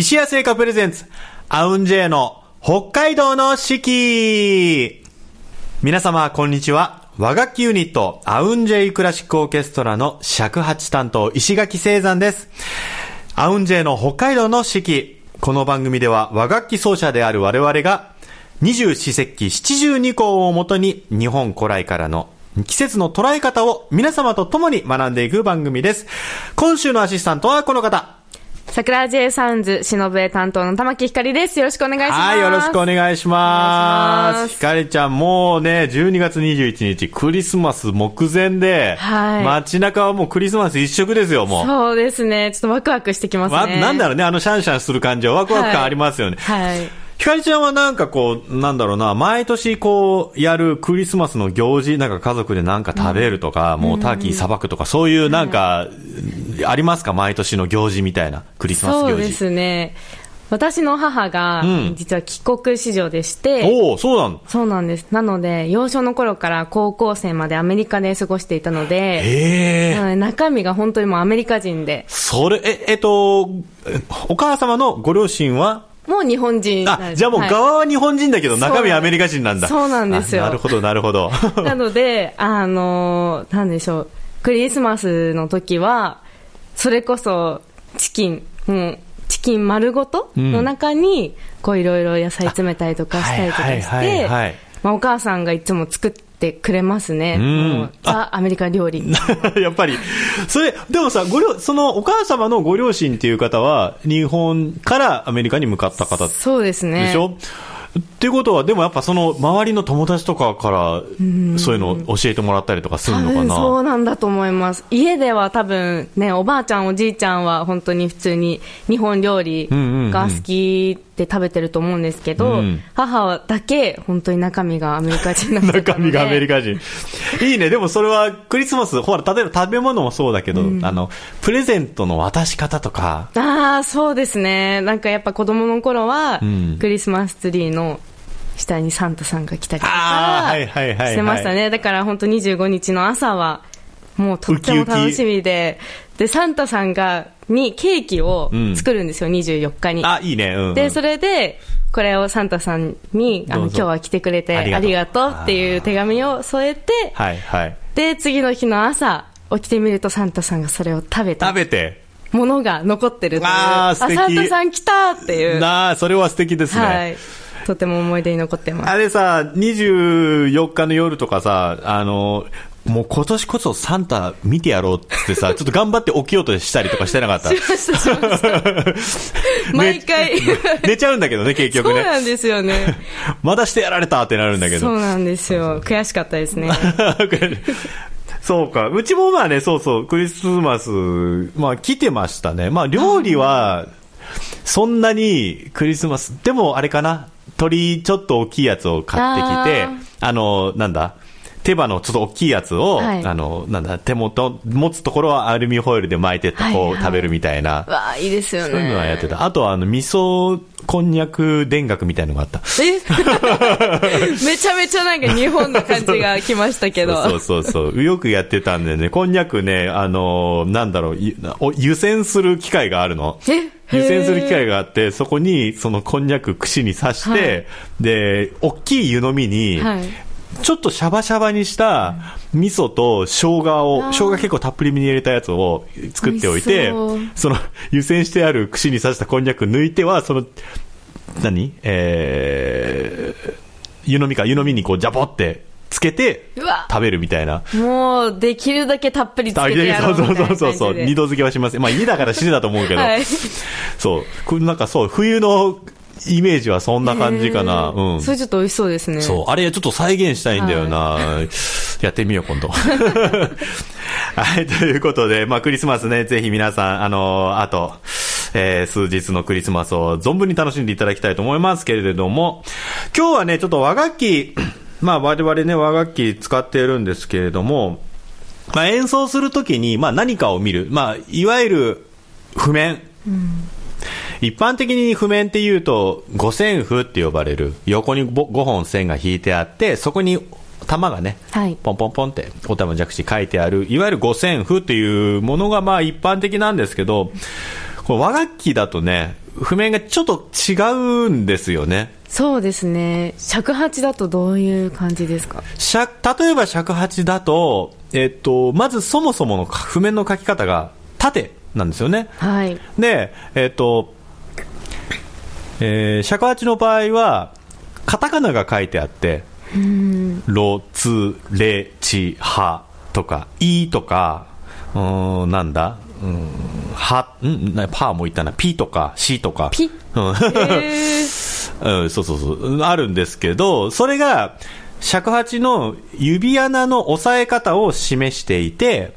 石屋製菓プレゼンツ、アウンジェイの北海道の四季皆様、こんにちは。和楽器ユニット、アウンジェイクラシックオーケストラの尺八担当、石垣聖山です。アウンジェイの北海道の四季。この番組では和楽器奏者である我々が、二十四節気七十二項をもとに、日本古来からの季節の捉え方を皆様と共に学んでいく番組です。今週のアシスタントはこの方。桜 J サウンズ、しのぶえ担当の玉木ひかりです。よろしくお願いします。はい、よろしくお願いしお願まいしますす。ひかりちゃん、もうね、12月21日、クリスマス目前で、はい街中はもうクリスマス一色ですよ、もう。そうですね。ちょっとワクワクしてきますわね。なんだろうね、あのシャンシャンする感じはワクワク感ありますよね。はい。ひかりちゃんはなんかこう、なんだろうな、毎年こう、やるクリスマスの行事、なんか家族でなんか食べるとか、もうターキーさばくとか、そういうなんか、ありますか毎年の行事みたいな、クリスマス行事。そうですね。私の母が、ん実は帰国子女でして、おおそうなの。そうなんです。なので、幼少の頃から高校生までアメリカで過ごしていたので、へえな。ので中身が本当にもうアメリカ人で、それ、え、えっと、お母様のご両親は、もう日本人なんであ、すじゃあもうはい側は日本人だけど、そうなん中身アメリカ人なんだ。そうなんですよあなるほど、なるほど。 なので、あのーなんでしょう、クリスマスの時は、それこそチキン、もうチキン丸ごとんの中に、こういろいろ野菜詰めたりとかあしたりとかして、はいはいはいはいまあ、お母さんがいつも作ってくれますね。んもうザ・アメリカ料理。やっぱり。それ、でもさ、ご両、そのお母様のご両親っていう方は、日本からアメリカに向かった方でそうですね。しょ、っていうことは、でもやっぱその周りの友達とかから、そういうのを教えてもらったりとかする多のか分そなうなんだと思います。家では多分ね、おばあちゃんおじいちゃんは本当に普通に日本料理うんうんうんが好きで食べてると思うんですけど、うん母だけ本当に中身がアメリカ人になってたの 中身で。がアメリカ人。いいね。でもそれはクリスマス、ほら、例えば食べ物もそうだけど、あの、プレゼントの渡し方とか、ああ、そうですね。なんかやっぱ子供の頃は、うんクリスマスツリーの下にサンタさんが来たりとあーか、はいはいはいはいしてましたね。だから本当25日の朝は、もうとってもウキウキ楽しみで、で、サンタさんが、にケーキを作るんですよ、24日に。あ、いいね。うん、で、それで、これをサンタさんに、あどの、う今ぞ日は来てくれてあありりががとうとうっていう手紙を添えて、はいはい。で、次の日の朝、起きてみるとサンタさんがそれを食べた食べて。ものが残ってるという。あー素敵サンタさん来たっていう。なあ、それは素敵ですね。はい。とても思い出に残って ます。あれさ、24日の夜とかさ、あの、もう今年こそサンタ見てやろうっつって さ、ちょっと頑張って起きようとしたりとかしてなかったし。ました、しました。毎回。寝ちゃうんだけどね、結そ局うね。なんですよね。またしてやられたってなるんだけそど。うなんですよ。悔しかったで すね。そうか。うちもまあね、そうそう、クリスマス、まあ来てましたね。まあ料理は、そんなにクリスマス、でもあれかな、鳥ちょっと大きいやつを買ってあきて、あの、なんだ、手羽のちょっと大きいやつを、はいあの、なんだ、手元、持つところはアルミホイルで巻いてってこはいうはい食べるみたいな。わあ、いいですよね。そういうのはやってた。あとは、あの、味噌、こんにゃく、田楽みたいのがあった。え めちゃめちゃなんか日本の感じが来ましたけど。そうそうそうそう。よくやってたんでね、こんにゃくね、あのーなんだろう、ゆお湯煎する機械があるの。え湯煎する機へ械ーがあって、そこに、そのこんにゃく串に刺して、はいで、大きい湯飲みに、はいちょっとシャバシャバにした味噌と生姜を、あー生姜結構たっぷりめに入れたやつを作っておいて美味しそう、その湯煎してある串に刺したこんにゃく抜いては、その、何えー、湯飲みか、湯飲みにこうジャボってつけてうわ食べるみたいな。もう、できるだけたっぷりつそうけてやろうみたいな感じそで。うそうそう、二度漬けはしません。まあ家だから死ねだと思うけど、はい。そう、これなんかそう、冬のイメージはそんな感じかな。へーうん。それちょっと美味しそうですね。そう、あれちょっと再現したいんだよな。やってみよう、今度。 はい、ということで、まあ、クリスマスね、ぜひ皆さん、あのあと、えー数日のクリスマスを存分に楽しんでいただきたいと思いますけれども、今日はね、ちょっと和楽器、まあ、我々ね、和楽器使っているんですけれども、まあ、演奏するときに、まあ、何かを見る、まあ、いわゆる譜面、一般的に譜面っていうと五線譜って呼ばれる横に 5, 本線が引いてあってそこに玉がね、はいポンポンポンってお玉じゃくし書いてあるいわゆる五線譜っていうものがまあ一般的なんですけどこれ和楽器だとね譜面がちょっと違うんですよね。そうですね尺八だとどういう感じですか尺例えば尺八だと、えっと、まずそもそもの譜面の書き方が縦なんですよね。はいで、えっと、えー尺八の場合は、カタカナが書いてあって、うんロ、ツ、レ、チ、ハとか、イとか、うーん、なんだ、うーん、は、んなパーも言ったな、ピとか、シとか。ピうんえー、うん、そうそうそううん、あるんですけど、それが、尺八の指穴の押さえ方を示していて、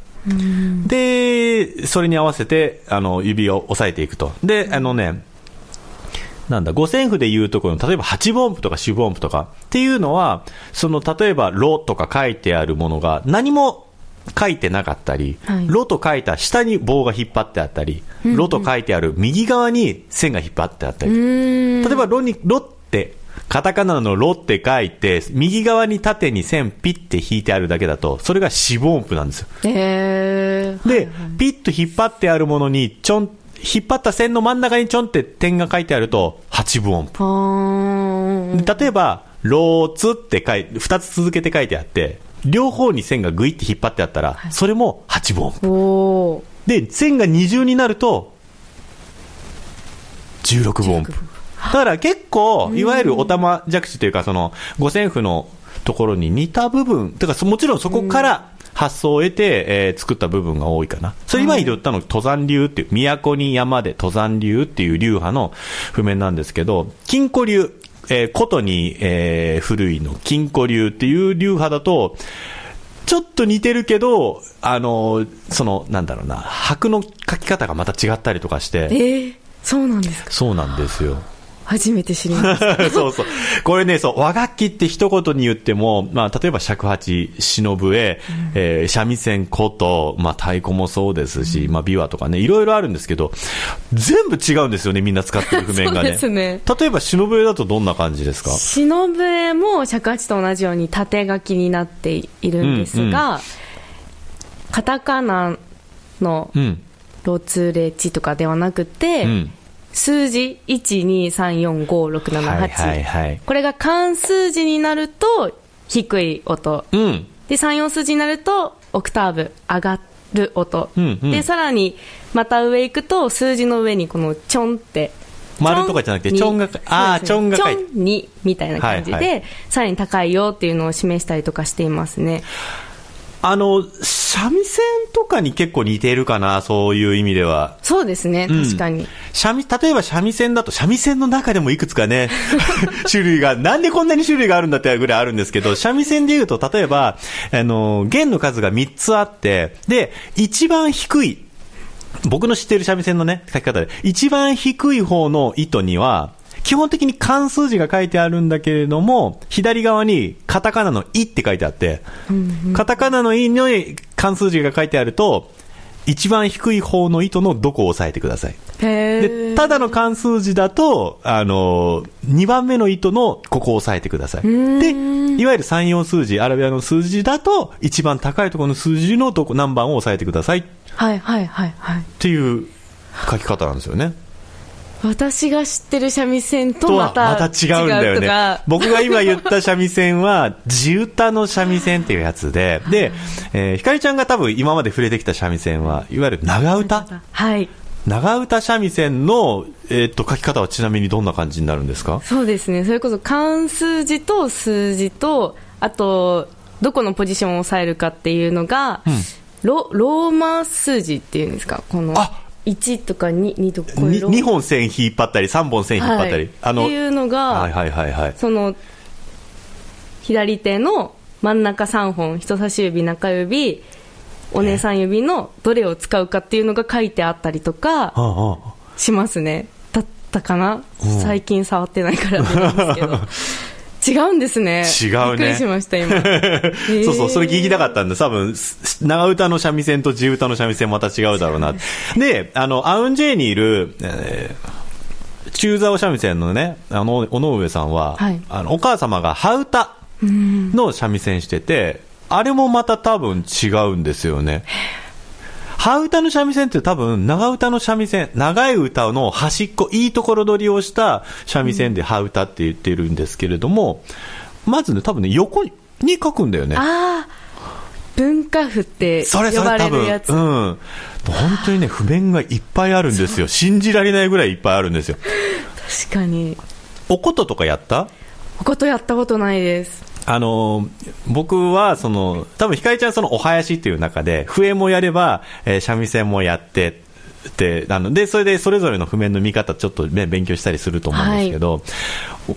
で、それに合わせて、あの、指を押さえていくと。で、あのね、なんだ、五線譜で言うところの、例えば八分音符とか四分音符とかっていうのは、その、例えば、ロとか書いてあるものが何も書いてなかったり、はいロと書いた下に棒が引っ張ってあったり、ロと書いてある右側に線が引っ張ってあったり、うん例えばロに、ロって、カタカナのロって書いて、右側に縦に線ピッて引いてあるだけだと、それが四分音符なんですよ。えー、で、ピッと引っ張ってあるものに、ちょん、引っ張った線の真ん中にちょんって点が書いてあると、八分音符。あーで例えば、ローツって書いて、二つ続けて書いてあって、両方に線がグイって引っ張ってあったら、それも八分音符。おーで、線が二重になると、16分音符。だから結構、いわゆるおたまじゃくしというか、その、五線譜のところに似た部分、てか、そもちろんそこから発想を得て、えー作った部分が多いかな。それ今言ったの、登山流っていう、都に山で登山流っていう流派の譜面なんですけど、金庫流、えー琴に、えー古いの金庫流っていう流派だと、ちょっと似てるけど、あのーその、なんだろうな、白の書き方がまた違ったりとかしえて、ー、そうなんですかそうなんですよ。 初めて知りましたそうそう。これね、そう、和楽器って一言に言っても、まあ、例えば尺八、忍笛、えー三味線、琴、まあ、太鼓もそうですし、まあ、琵琶とかね、いろいろあるんですけど、全部違うんですよね、みんな使って る譜面がね。 そうですね例えば、忍笛だとどんな感じですか忍笛も尺八と同じように縦書きになっているんですが、カタカナのうん。ロツレチとかではなくて、うん。数字123456778、はいはいはい。これが漢数字になると低い音うん。で34数字になるとオクターブ上がる音、うんうんでさらにまた上行くと数字の上にこのチョンって丸とかじゃなくてチョチョンンがにあーそうですチョンがね書いてチョンにみたいな感じで、はいはいさらに高いよっていうのを示したりとかしていますねあの、三味線とかに結構似てるかな、そういう意味では。そうですねうん確かに、三味、例えば三味線だと、三味線の中でもいくつか ね、種類が、なんでこんなに種類があるんだってぐらいあるんですけど、三味線で言うと、例えば、あの、弦の数が3つあって、で、一番低い、僕の知ってる三味線のね、書き方で、一番低い方の糸には、基本的に漢数字が書いてあるんだけれども、左側にカタカナのイって書いてあって、カタカナのイの漢数字が書いてあると、一番低い方の糸のどこを押さえてください。へでーただの漢数字だと、あの2番目の糸のここを押さえてください。で、いわゆる3、4数字、アラビアの数字だと、一番高いところの数字のどこ何番を押さえてくださいっはいはいはいはいていう書き方なんですよね。私が知ってる三味線ととまはたまた違うんだ違ようとねか。僕が今言った三味線は、地唄の三味線っていうやつで、で、えーひかりちゃんが多分今まで触れてきた三味線は、いわゆる長唄はい長唄三味線の、えーっと、書き方はちなみにどんな感じになるんですかそうですねそれこそ漢数字と数字とあとどこのポジションを押さえるかっていうのが、ロローマ数字っていうんですかこのあ1とか 2, 2とかこういうロー2本線引っ張ったり3本線引っ張ったり、はい、っていうのが、はいはいはいはいその左手の真ん中3本人差し指中指お姉さん指のどれを使うかっていうのが書いてあったりとかああしますねだったかな、うん最近触ってないからあれなんで すけど違うんですね違うねびっくりしました今 そうそう、それ聞きたかったんで、多分、す長唄の三味線と地唄の三味線また違うだろうな。で、あの、アウンジェイにいる、えー中座三味線のね、あの、尾上さんは、はいあのお母様が羽唄の三味線してて、あれもまた多分違うんですよね。羽歌の三味線って多分、長唄の三味線、長い歌の端っこ、いいところ取りをした三味線で羽歌って言ってるんですけれども、まずね、多分ね、横に書くんだよね。ああ文化譜って呼それそばれ多れる分、うやん。つ本当にね、譜面がいっぱいあるん ですよ。信じられないぐらいいっぱいあるんですよ。確かにおこととかやったおことやったことないですあの僕はその多分ひかりちゃんそのお囃子っていう中で笛もやれば、えー三味線もやってであのでそれでそれぞれの譜面の見方ちょっと、ね、勉強したりすると思うんですけど、お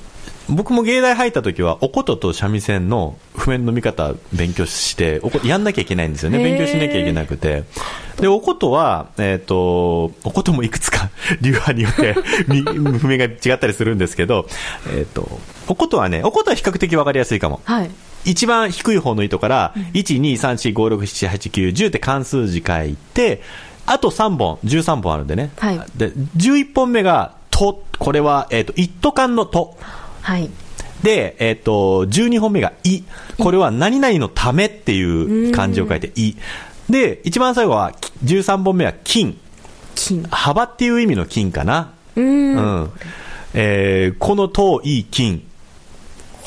僕も芸大入った時はお琴と三味線の譜面の見方勉強しておこやんなきゃいけないんですよねへー勉強しなきゃいけなくてでお琴は、えっとお琴もいくつか 流派によってみ譜面が違ったりするんですけど、えっとお琴はねお琴は比較的わかりやすいかもはい一番低い方の糸から、1,2,3,4,5,6,7,8,9,10って関数字書いて、あと3本、13本あるんでね。はいで、11本目が、と、これは、えっ、と、一斗缶のと。はいで、えっ、と、12本目が、い。これは、何々のためっていう漢字を書いて、い。で、一番最後は、き13本目は、金。金幅っていう意味の金かな。うーんうんえーこの遠い金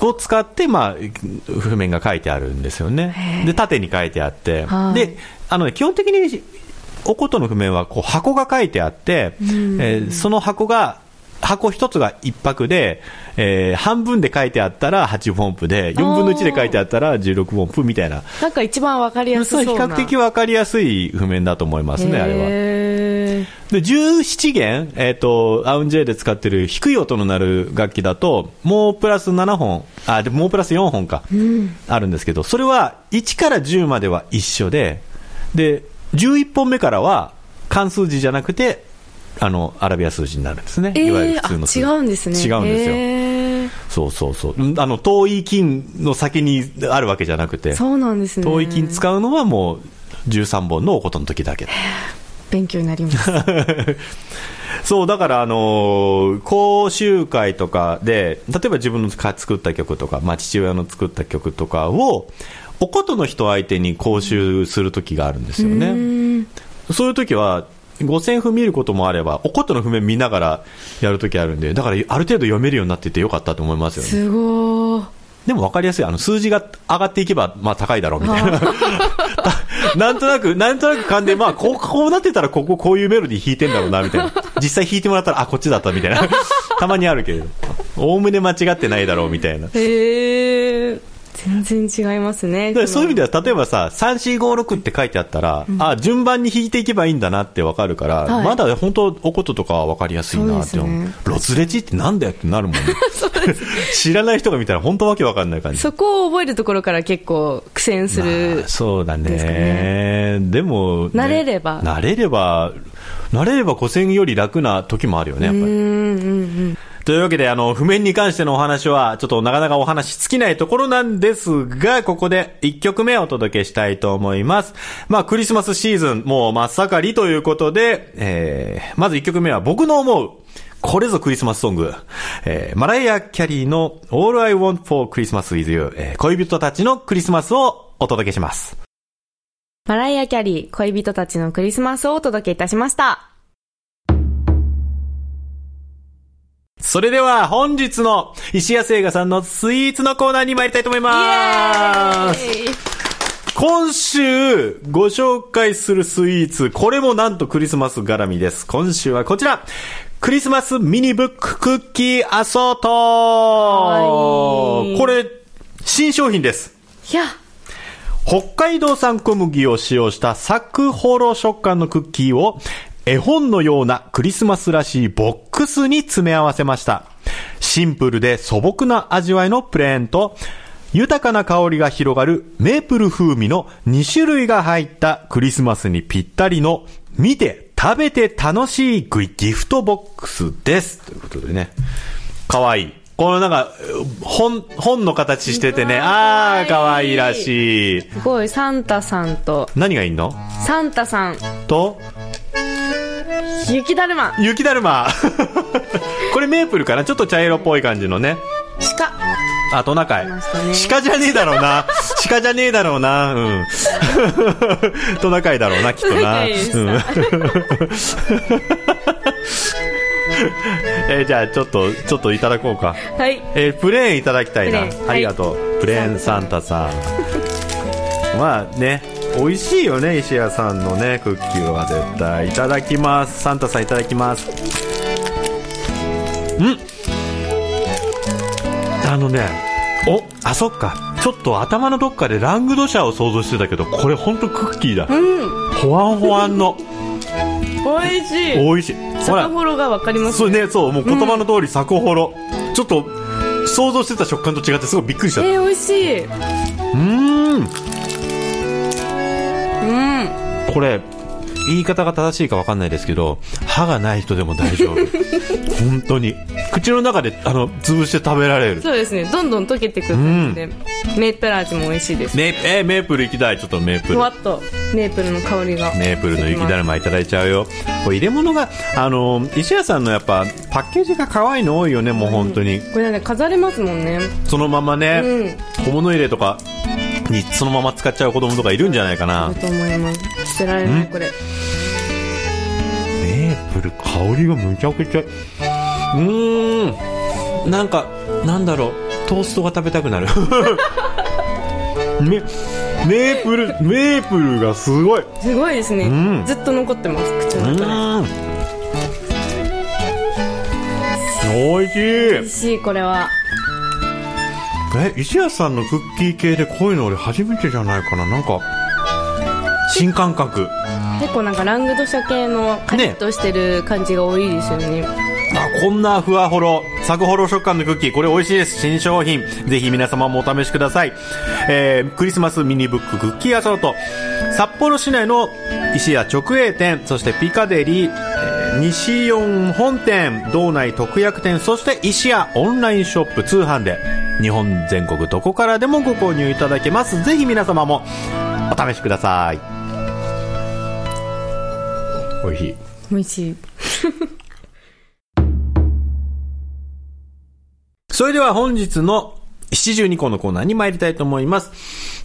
を使って、まあ、譜面が書いてあるんですよね。で、縦に書いてあっては。いで、あのね、基本的に、おことの譜面はこう箱が書いてあって、えーその箱が、箱一つが一泊で、えー半分で書いてあったら8分音符で、4分の1で書いてあったら16分音符みたいな。なんか一番わかりやすそそうう比較な的わかりやすい譜面だと思いますね、あれは。へーで17弦、えっとアウンジェイで使ってる低い音の鳴る楽器だともうプラス7本あでもうプラス4本か、あるんですけどそれは1から10までは一緒でで11本目からは漢数字じゃなくてあのアラビア数字になるんですね、えーいわゆる普通の数字あ違うんですね違うんですよ、へーそうそうそううんあの遠い金の先にあるわけじゃなくてそうなんですね遠い金使うのはもう13本のおことの時だけ勉強になります そう、だから、あのー講習会とかで、例えば自分の作った曲とか、まあ、父親の作った曲とかを、おことの人相手に講習する時があるんですよね。そういう時は、5000譜見ることもあれば、おことの譜面見ながらやる時あるんで、だから、ある程度読めるようになっててよかったと思いますよね。すごーでも分かりやすい。あの、数字が上がっていけば、まあ、高いだろう、みたいな。 なんとなく、なんとなく勘で、まあ、こう、こうなってたら、ここ、こういうメロディー弾いてんだろうな、みたいな。実際弾いてもらったら、あ、こっちだった、みたいな。 たまにあるけれど。おおむね間違ってないだろう、みたいな。へえ全然違いますねでそういう意味では、例えばさ、3、4、5、6って書いてあったら、あ、順番に弾いていけばいいんだなってわかるから、はいまだ本当、おこととかはわかりやすいなってそう思でうすね。ロツレチってなんだよってな るもんね。 知らない人が見たら、本当わけわかんない感じ。そこを覚えるところから結構苦戦するまあ、そうだですかねでもね、慣れれば慣れれば慣れれば古戦より楽な時もあるよねやっぱうりんうんうんというわけであの譜面に関してのお話はちょっとなかなかお話尽きないところなんですがここで1曲目をお届けしたいと思いますまあクリスマスシーズンもう真っ盛りということで、えーまず1曲目は僕の思うこれぞクリスマスソング。えーマライア・キャリーの All I Want for Christmas is You、えー恋人たちのクリスマスをお届けします。マライア・キャリー、恋人たちのクリスマスをお届けいたしました。それでは本日の石谷製菓さんのスイーツのコーナーに参りたいと思います。今週ご紹介するスイーツ、これもなんとクリスマス絡みです。今週はこちら。クリスマスミニブッククッキーアソーわいトいこれ、新商品です。いや、北海道産小麦を使用したサクホロ食感のクッキーを絵本のようなクリスマスらしいボックスに詰め合わせました。シンプルで素朴な味わいのプレーンと豊かな香りが広がるメープル風味の2種類が入ったクリスマスにぴったりの見て食べて楽しいギフトボックスです。ということでね。かわいい。このなんか、本、本の形しててね、うわあー、ーかかわわいいいいらしい。すごい、サンタさんと、何がいいのサンタさん、と、雪だるま、雪 だるま。これメープルかなちょっと茶色っぽい感じのね。鹿、あ、トナカイましたね。鹿じゃねえだろう な。鹿じゃねえだろうな。うん。 トナカイだろうな、きっとトナな。カイでしたうん えーじゃあ、ちょっと、ちょっといただこうか。はいえープレーンいただきたいなプレーン。ありがとう、プレーンサンタさん。まあね、美味しいよね、石屋さんのね、クッキーは絶対。いただきます。サンタさんいただきます。んあのね、お、あ、そっか。ちょっと頭のどっかでラングドシャを想像してたけど、これほんとクッキーだ。うんほわんほわんの。美味しい美味しい。ほサらボ。ロがわかりますそうね、そう、もう言葉の通り、サコホロ。ちょっと、想像してた食感と違ってすごいびっくりしちゃった。えー、美味しいうーん。うんこれ言い方が正しいか分かんないですけど歯がない人でも大丈夫本当に口の中であの潰して食べられるそうですねどんどん溶けてくる感じで、メープル味も美味しいですメープえーメープル行きたいちょっとメープふルわっとメープルの香りがメープルの雪だるまいただいちゃうよこれ入れ物があの石屋さんのやっぱパッケージが可愛いの多いよねもう本当に、これなんか飾れますもんねそのままうねん、小物入れとかにそのまま使っちゃう子供とかいるんじゃないかなだと思います捨てられないこれメープル香りがむちゃくちゃうーんなんかなんだろうトーストが食べたくなる めメープルメープルがすごいうすごいですね、うんずっと残ってます口の中ーんおいしいで美味しいこれはえ石屋さんのクッキー系でこういうの俺初めてじゃないかななんか新感覚結構なんかラングドシャ系のカリッとしてる感じが多いですよねあこんなふわほろ、サクほろ食感のクッキー、これ美味しいです。新商品。ぜひ皆様もお試しください。えー、クリスマスミニブッククッキーアソート。札幌市内の石屋直営店、そしてピカデリー、えー西四本店、道内特約店、そして石屋オンラインショップ通販で、日本全国どこからでもご購入いただけます。ぜひ皆様もお試しください。美味しい。美味しいそれでは本日の72項のコーナーに参りたいと思います。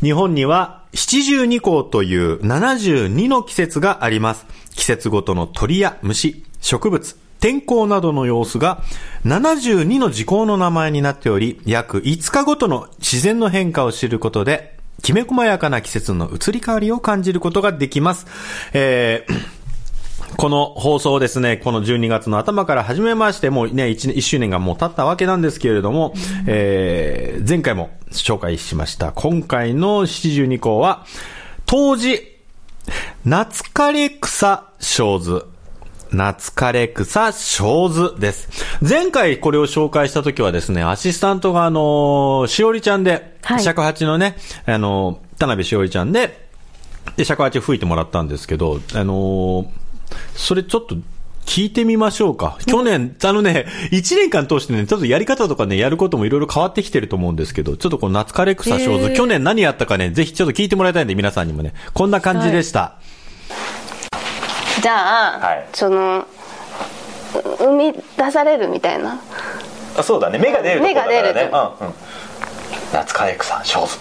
日本には72項という72の季節があります。季節ごとの鳥や虫、植物、天候などの様子が72の時項の名前になっており、約5日ごとの自然の変化を知ることで、きめ細やかな季節の移り変わりを感じることができます。えーこの放送をですね、この12月の頭から始めまして、もうね、1, 周年がもう経ったわけなんですけれども、えー、前回も紹介しました。今回の72項は、当時、夏枯れ草小図。夏枯れ草小図です。前回これを紹介した時はですね、アシスタントがあのーしおりちゃんで、はい尺八のね、あのー田辺しおりちゃんで、で、尺八吹いてもらったんですけど、あのーそれちょっと聞いてみましょうか。去年、あのね、1年間通してね、ちょっとやり方とかね、やることもいろいろ変わってきてると思うんですけど、ちょっとこの夏枯れ草小図、へー去年何やったかね、ぜひちょっと聞いてもらいたいんで、皆さんにもね、こんな感じでした。じゃあ、はいそのう生み出されるみたいなあそうだね芽が出るとこだからね芽が出るうんうん夏枯れ草ショーズ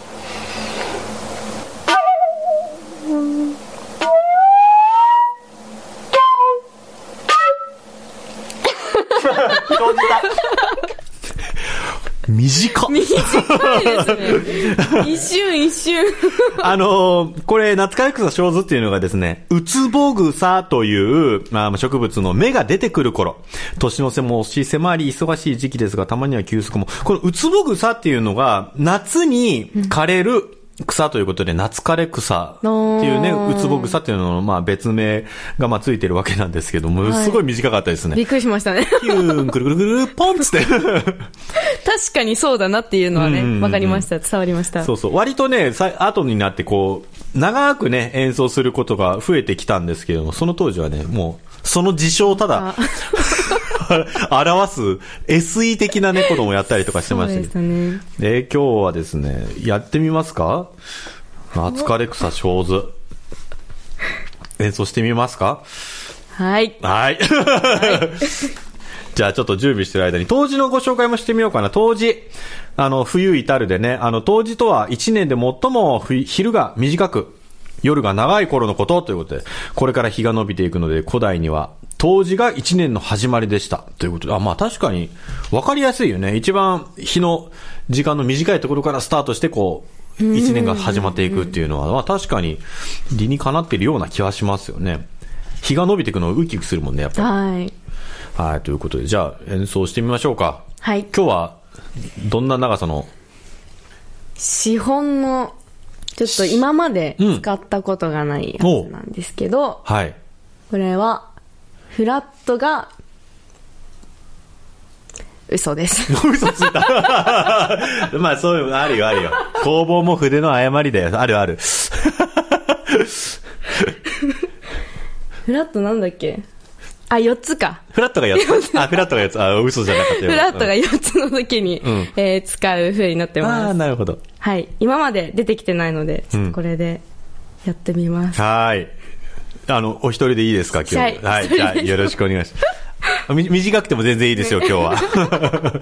短っ短いですね一瞬一瞬あのーこれ、夏枯れ草小図っていうのがですね、ウツボグサという、まあ、植物の芽が出てくる頃、年の瀬も押し迫り、忙しい時期ですが、たまには休息も。このウツボグサっていうのが、夏に枯れる草ということで、夏枯れ草っていうね、おウーツボグサっていうのの、まあ、別名が、まあ、ついてるわけなんですけども、いすごい短かったです びね。っくりしましたねキューン、くるくるくる、ポンっつって。確かにそうだなっていうのはうんうんうねんわかりました伝わりましたそうそう。割とね、さ後になってこう、長くね、演奏することが増えてきたんですけれども、その当時はね、もう、その事象をただ あ、表す SE 的なね、こともやったりとかしてそうましでたけしどたねえー今日はですね、やってみますか夏枯れ草小図。演奏してみますかはいはい。じゃあちょっと準備してる間に、当時のご紹介もしてみようかな。当時、あの、冬至るでね、あの、当時とは1年で最も冬昼が短く、夜が長い頃のことということで、これから日が伸びていくので、古代には、冬至が1年の始まりでした。ということで、あ、まあ確かに、わかりやすいよね。一番日の時間の短いところからスタートして、こう、1年が始まっていくっていうのは、まあ確かに、理にかなっているような気はしますよね。日が伸びていくのをウキウキするもんね、やっぱり。はい。はい、ということで、じゃあ演奏してみましょうか。はい。今日は、どんな長さの、資本の、ちょっと今までうん使ったことがないやつなんですけど、はい。これは、フラットが、嘘です。嘘ついた。 まあ、そういうのあるよ、ある よ。工房も筆の誤りだよ。あるある。フラットなんだっけあ、4つか。フラットが4つ。あ、フラットが4つ。あ、嘘じゃなかったフよ。ラットが4 4つの時んに、えー使う風になってつ。あまあ、す。なるほど。はい。今まで出てきてないので、ちょっとこれでやってみます。はーい。あの、お一人でいいですか、今日。はいはい。じゃあ、よろしくお願いします。み短くても全然いいですよ、今日 は。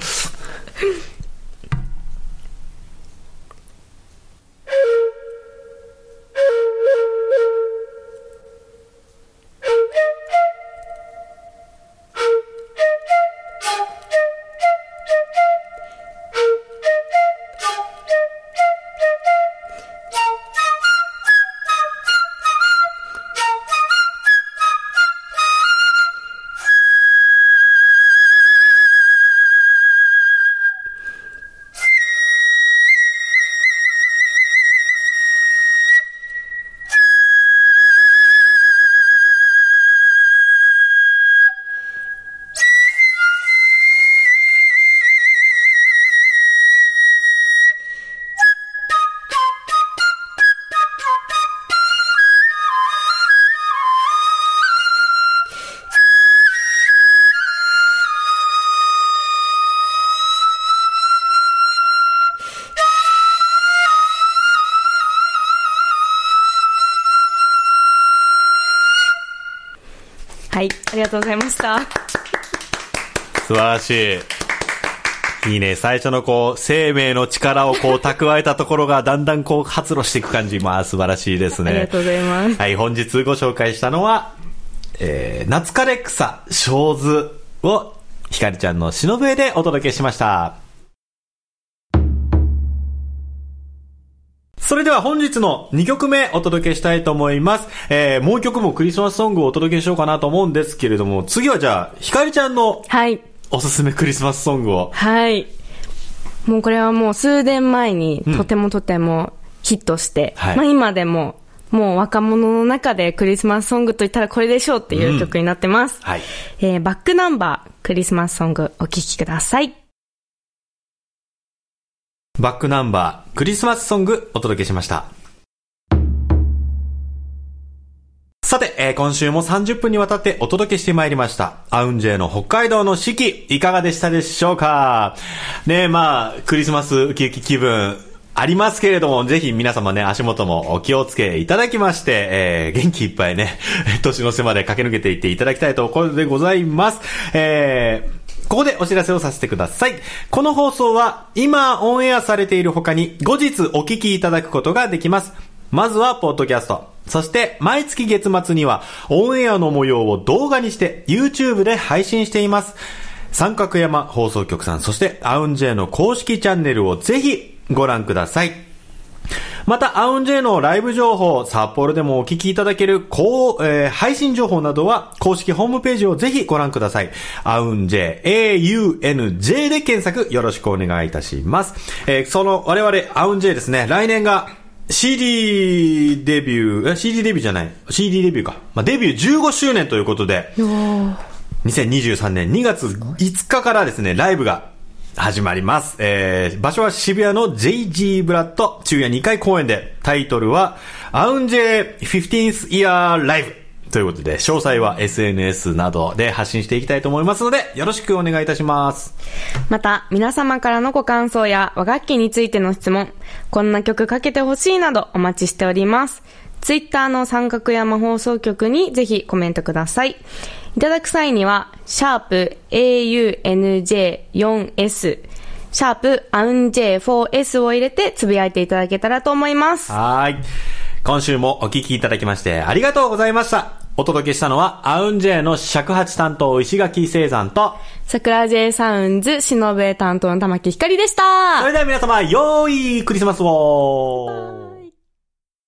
はい。ありがとうございました。素晴らしい。いいね。最初のこう、生命の力をこう、蓄えたところが、だんだんこう、発露していく感じ。まあ、素晴らしいですね。ありがとうございます はい、本日ご紹介したのは、えー、夏枯れ草、小図を、ひかりちゃんの忍ぶ絵でお届けしました。それでは本日の2曲目お届けしたいと思います。えー、もう一曲もクリスマスソングをお届けしようかなと思うんですけれども、次はじゃあ、ひかりちゃんのはい。おすすめクリスマスソングを。はい。もうこれはもう数年前にとてもとてもヒットして、はいまあ今でももう若者の中でクリスマスソングといったらこれでしょうっていう曲になってます。はい。えーバックナンバークリスマスソングお聴きください。バックナンバー、クリスマスソングお届けしました。さて、えー今週も30分にわたってお届けしてまいりました。アウンジェイの北海道の四季、いかがでしたでしょうかねえ、まあ、クリスマスウキウキ気分、ありますけれども、ぜひ皆様ね、足元もお気をつけいただきまして、えー元気いっぱいね、 年の瀬まで駆け抜けていっていただきたいところでございます。えーここでお知らせをさせてください。この放送は今オンエアされている他に後日お聞きいただくことができます。まずはポッドキャスト。そして毎月月末にはオンエアの模様を動画にして YouTube で配信しています。三角山放送局さん、そしてアウンジェイの公式チャンネルをぜひご覧ください。また、アウンジェイのライブ情報、札幌でもお聞きいただける、こう、えー配信情報などは、公式ホームページをぜひご覧ください。アウンジェイ、A-U-N-J で検索、よろしくお願いいたします。えーその、我々、アウンジェイですね、来年が、CD デビュー、え CD デビューじゃない、CD デビューか。まあ、デビュー15周年ということで、2023年2月5日からですね、ライブが始まります。えー、場所は渋谷の JG ブラッド昼夜2回公演で、タイトルは、アウンジェ 15th Year Live ということで、詳細は SNS などで発信していきたいと思いますので、よろしくお願いいたします。また、皆様からのご感想や和楽器についての質問、こんな曲かけてほしいなどお待ちしております。ツイッターの三角山放送局にぜひコメントください。いただく際には、シャープ AUNJ4S、シャープ AUNJ4S を入れてつぶやいていただけたらと思います。はい。今週もお聞きいただきましてありがとうございました。お届けしたのは、アウンジェイの尺八担当、石垣聖山と、桜 J サウンズ、しのべ担当の玉木ひかりでした。それでは皆様、良いクリスマスを